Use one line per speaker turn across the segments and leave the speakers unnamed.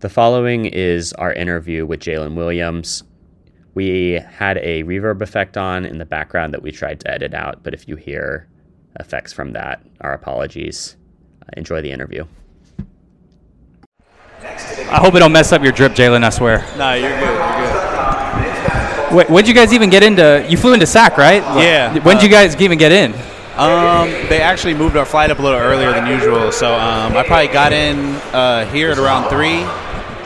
The following is our interview with Jalen Williams. We had a reverb effect on in the background that we tried to edit out, but if you hear effects from that, our apologies. Uh, enjoy the interview.
I hope it don't mess up your drip, Jalen. I swear.
No, you're good. You're good.
Wait, when'd you guys even get into? You flew into SAC, right?
Yeah.
When'd you guys even get in?
Um, they actually moved our flight up a little earlier than usual, so um, I probably got in uh, here at around three.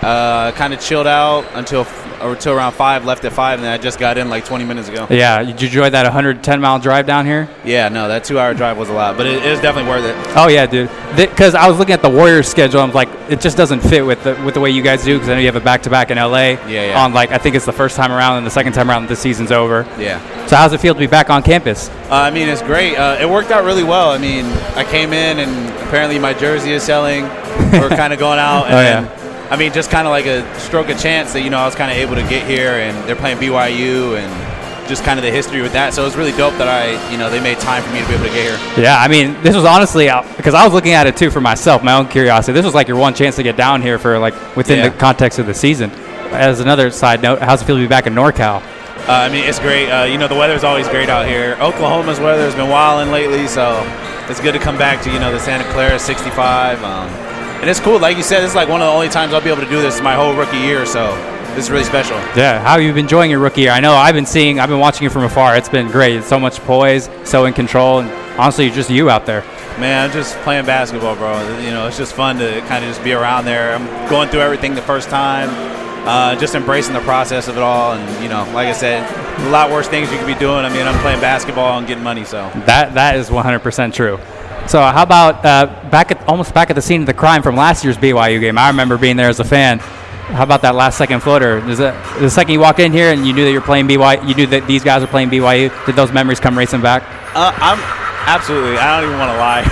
Uh, kind of chilled out until f- or till around five. Left at five, and then I just got in like 20 minutes ago.
Yeah. Did you enjoy that 110 mile drive down here?
Yeah, no, that two-hour drive was a lot, but it, it was definitely worth it.
Oh yeah, dude. Because I was looking at the Warriors schedule, I'm like, it just doesn't fit with the with the way you guys do. Because I know you have a back to back in LA.
Yeah, yeah.
On like, I think it's the first time around, and the second time around, the season's over.
Yeah.
So how's it feel to be back on campus?
Uh, I mean, it's great. Uh, it worked out really well. I mean, I came in and apparently my jersey is selling. We're kind of going out. And
Oh, yeah.
then, I mean, just kind of like a stroke of chance that, you know, I was kind of able to get here and they're playing BYU and just kind of the history with that. So it was really dope that I, you know, they made time for me to be able to get here.
Yeah, I mean, this was honestly uh, because I was looking at it too for myself, my own curiosity. This was like your one chance to get down here for like within
Yeah.
the context of the season. As another side note, how's it feel to be back in NorCal?
Uh, I mean, it's great. Uh, you know, the weather's always great out here. Oklahoma's weather has been wilding lately, so it's good to come back to, you know, the Santa Clara 65. Um, and it's cool. Like you said, this is like one of the only times I'll be able to do this my whole rookie year, so this is really special.
Yeah, how you been enjoying your rookie year? I know I've been seeing, I've been watching you from afar. It's been great. It's so much poise, so in control, and honestly, just you out there.
Man, I'm just playing basketball, bro. You know, it's just fun to kind of just be around there. I'm going through everything the first time, uh, just embracing the process of it all. And, you know, like I said, a lot worse things you could be doing. I mean, I'm playing basketball and getting money, so.
That that is 100% true. So how about uh, back at almost back at the scene of the crime from last year's BYU game? I remember being there as a fan. How about that last second floater? Is it, the second you walked in here and you knew that you're playing BYU, you knew that these guys were playing BYU. Did those memories come racing back?
Uh, I'm absolutely. I don't even want to lie.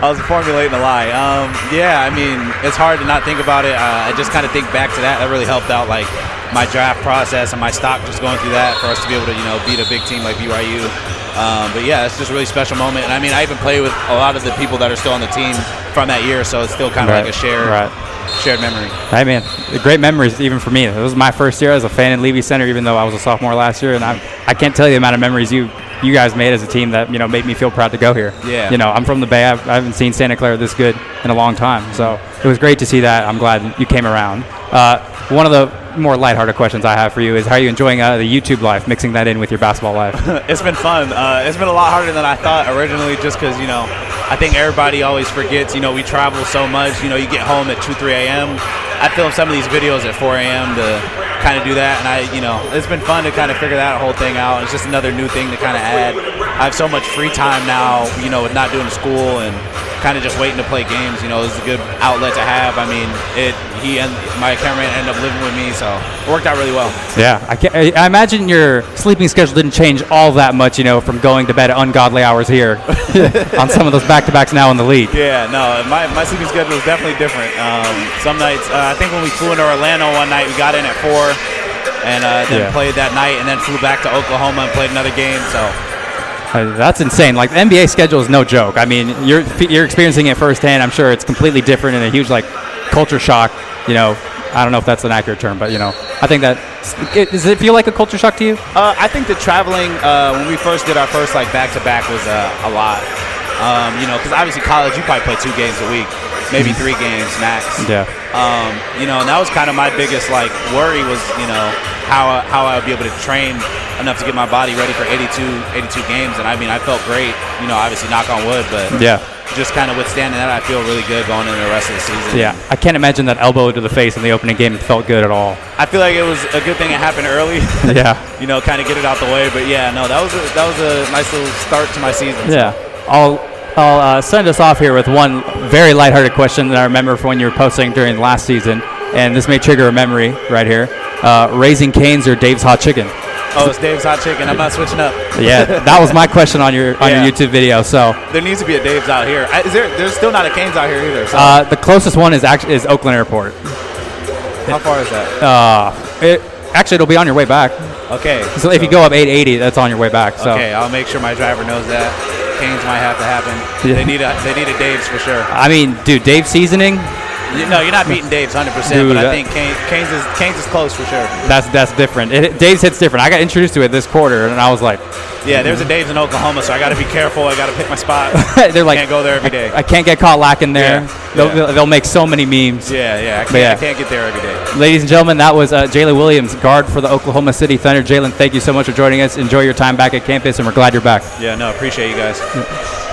I was formulating a lie. Um, yeah, I mean, it's hard to not think about it. Uh, I just kind of think back to that. That really helped out, like my draft process and my stock just going through that for us to be able to, you know, beat a big team like BYU. Um, but yeah, it's just a really special moment. And I mean, I even play with a lot of the people that are still on the team from that year, so it's still kind of like a shared shared memory.
Hey man, the great memories even for me. It was my first year as a fan in Levy Center, even though I was a sophomore last year, and I, I can't tell you the amount of memories you you guys made as a team that you know made me feel proud to go here.
Yeah.
You know, I'm from the Bay. I've, I haven't seen Santa Clara this good in a long time, so it was great to see that. I'm glad you came around. Uh, one of the more lighthearted questions I have for you is how are you enjoying uh, the YouTube life, mixing that in with your basketball life?
it's been fun. Uh, it's been a lot harder than I thought originally, just because you know, I think everybody always forgets. You know, we travel so much. You know, you get home at two, three a.m. I film some of these videos at four a.m. to kind of do that, and I, you know, it's been fun to kind of figure that whole thing out. It's just another new thing to kind of add. I have so much free time now. You know, with not doing school and kind of just waiting to play games. You know, it's a good outlet to have. I mean, it. He and my cameraman ended up living with me, so it worked out really well.
yeah. I, can I, I imagine your sleeping schedule didn't change all that much, you know, from going to bed at ungodly hours here on some of those back-to-backs now in the league.
Yeah, no, my, my sleeping schedule is definitely different. Um, some nights, uh, I think when we flew into Orlando one night, we got in at four, and uh, then
Yeah.
played that night, and then flew back to Oklahoma and played another game. So
Uh, That's insane. Like the NBA schedule is no joke. I mean, you're you're experiencing it firsthand. I'm sure it's completely different and a huge like culture shock. You know, I don't know if that's an accurate term, but you know, I think that it- does it feel like a culture shock to you?
uh, I think the traveling uh, when we first did our first like back to back was uh, a lot. Um, you know, because obviously college, you probably play two games a week, maybe three games max.
Mm-hmm. Yeah.
um, you know, and that was kind of my biggest like worry was you know how how I would be able to train enough to get my body ready for 82 82 games, and I mean I felt great, you know, obviously knock on wood, but
Yeah.
just kind of withstanding that, I feel really good going into the rest of the season.
Yeah. I can't imagine that elbow to the face in the opening game felt good at all.
I feel like it was a good thing it happened early,
Yeah.
you know, kind of get it out the way, but yeah, no, that was a, that was a nice little start to my season.
Yeah. I'll I'll uh, send us off here with one very lighthearted question that I remember from when you were posting during last season, and this may trigger a memory right here. Uh, raising canes or Dave's hot chicken.
Oh, it's Dave's hot chicken. I'm not switching up.
Yeah, that was my question on your on
Yeah.
your YouTube video. So
There needs to be a Dave's out here. I, is there? There's still not a Canes out here either. So
uh, the closest one is actually is Oakland Airport.
how far is that?
Uh, it, actually, it'll be on your way back.
Okay.
So if you go up 880, that's on your way back. So
Okay, I'll make sure my driver knows that. Canes might have to happen.
Yeah.
They need a they need a Dave's for sure.
I mean, dude, Dave seasoning.
You- No, you're not beating Dave's 100, percent
Dude,
but I
that-
think Kane, Kane's is Kane's is close for sure.
That's that's different. It, Dave's hit's different. I got introduced to it this quarter, and I was like,
Yeah, there's a Dave's in Oklahoma, so I got to be careful. I got to pick my spot.
they're like,
Can't go there every day.
I can't get caught lacking there.
Yeah,
They'll,
yeah.
they'll, they'll make so many memes.
yeah, yeah, I can't,
yeah.
I can't get there every day.
Ladies and gentlemen, that was uh, Jalen Williams, guard for the Oklahoma City Thunder. Jalen, thank you so much for joining us. Enjoy your time back at campus, and we're glad you're back.
Yeah, no, appreciate you guys.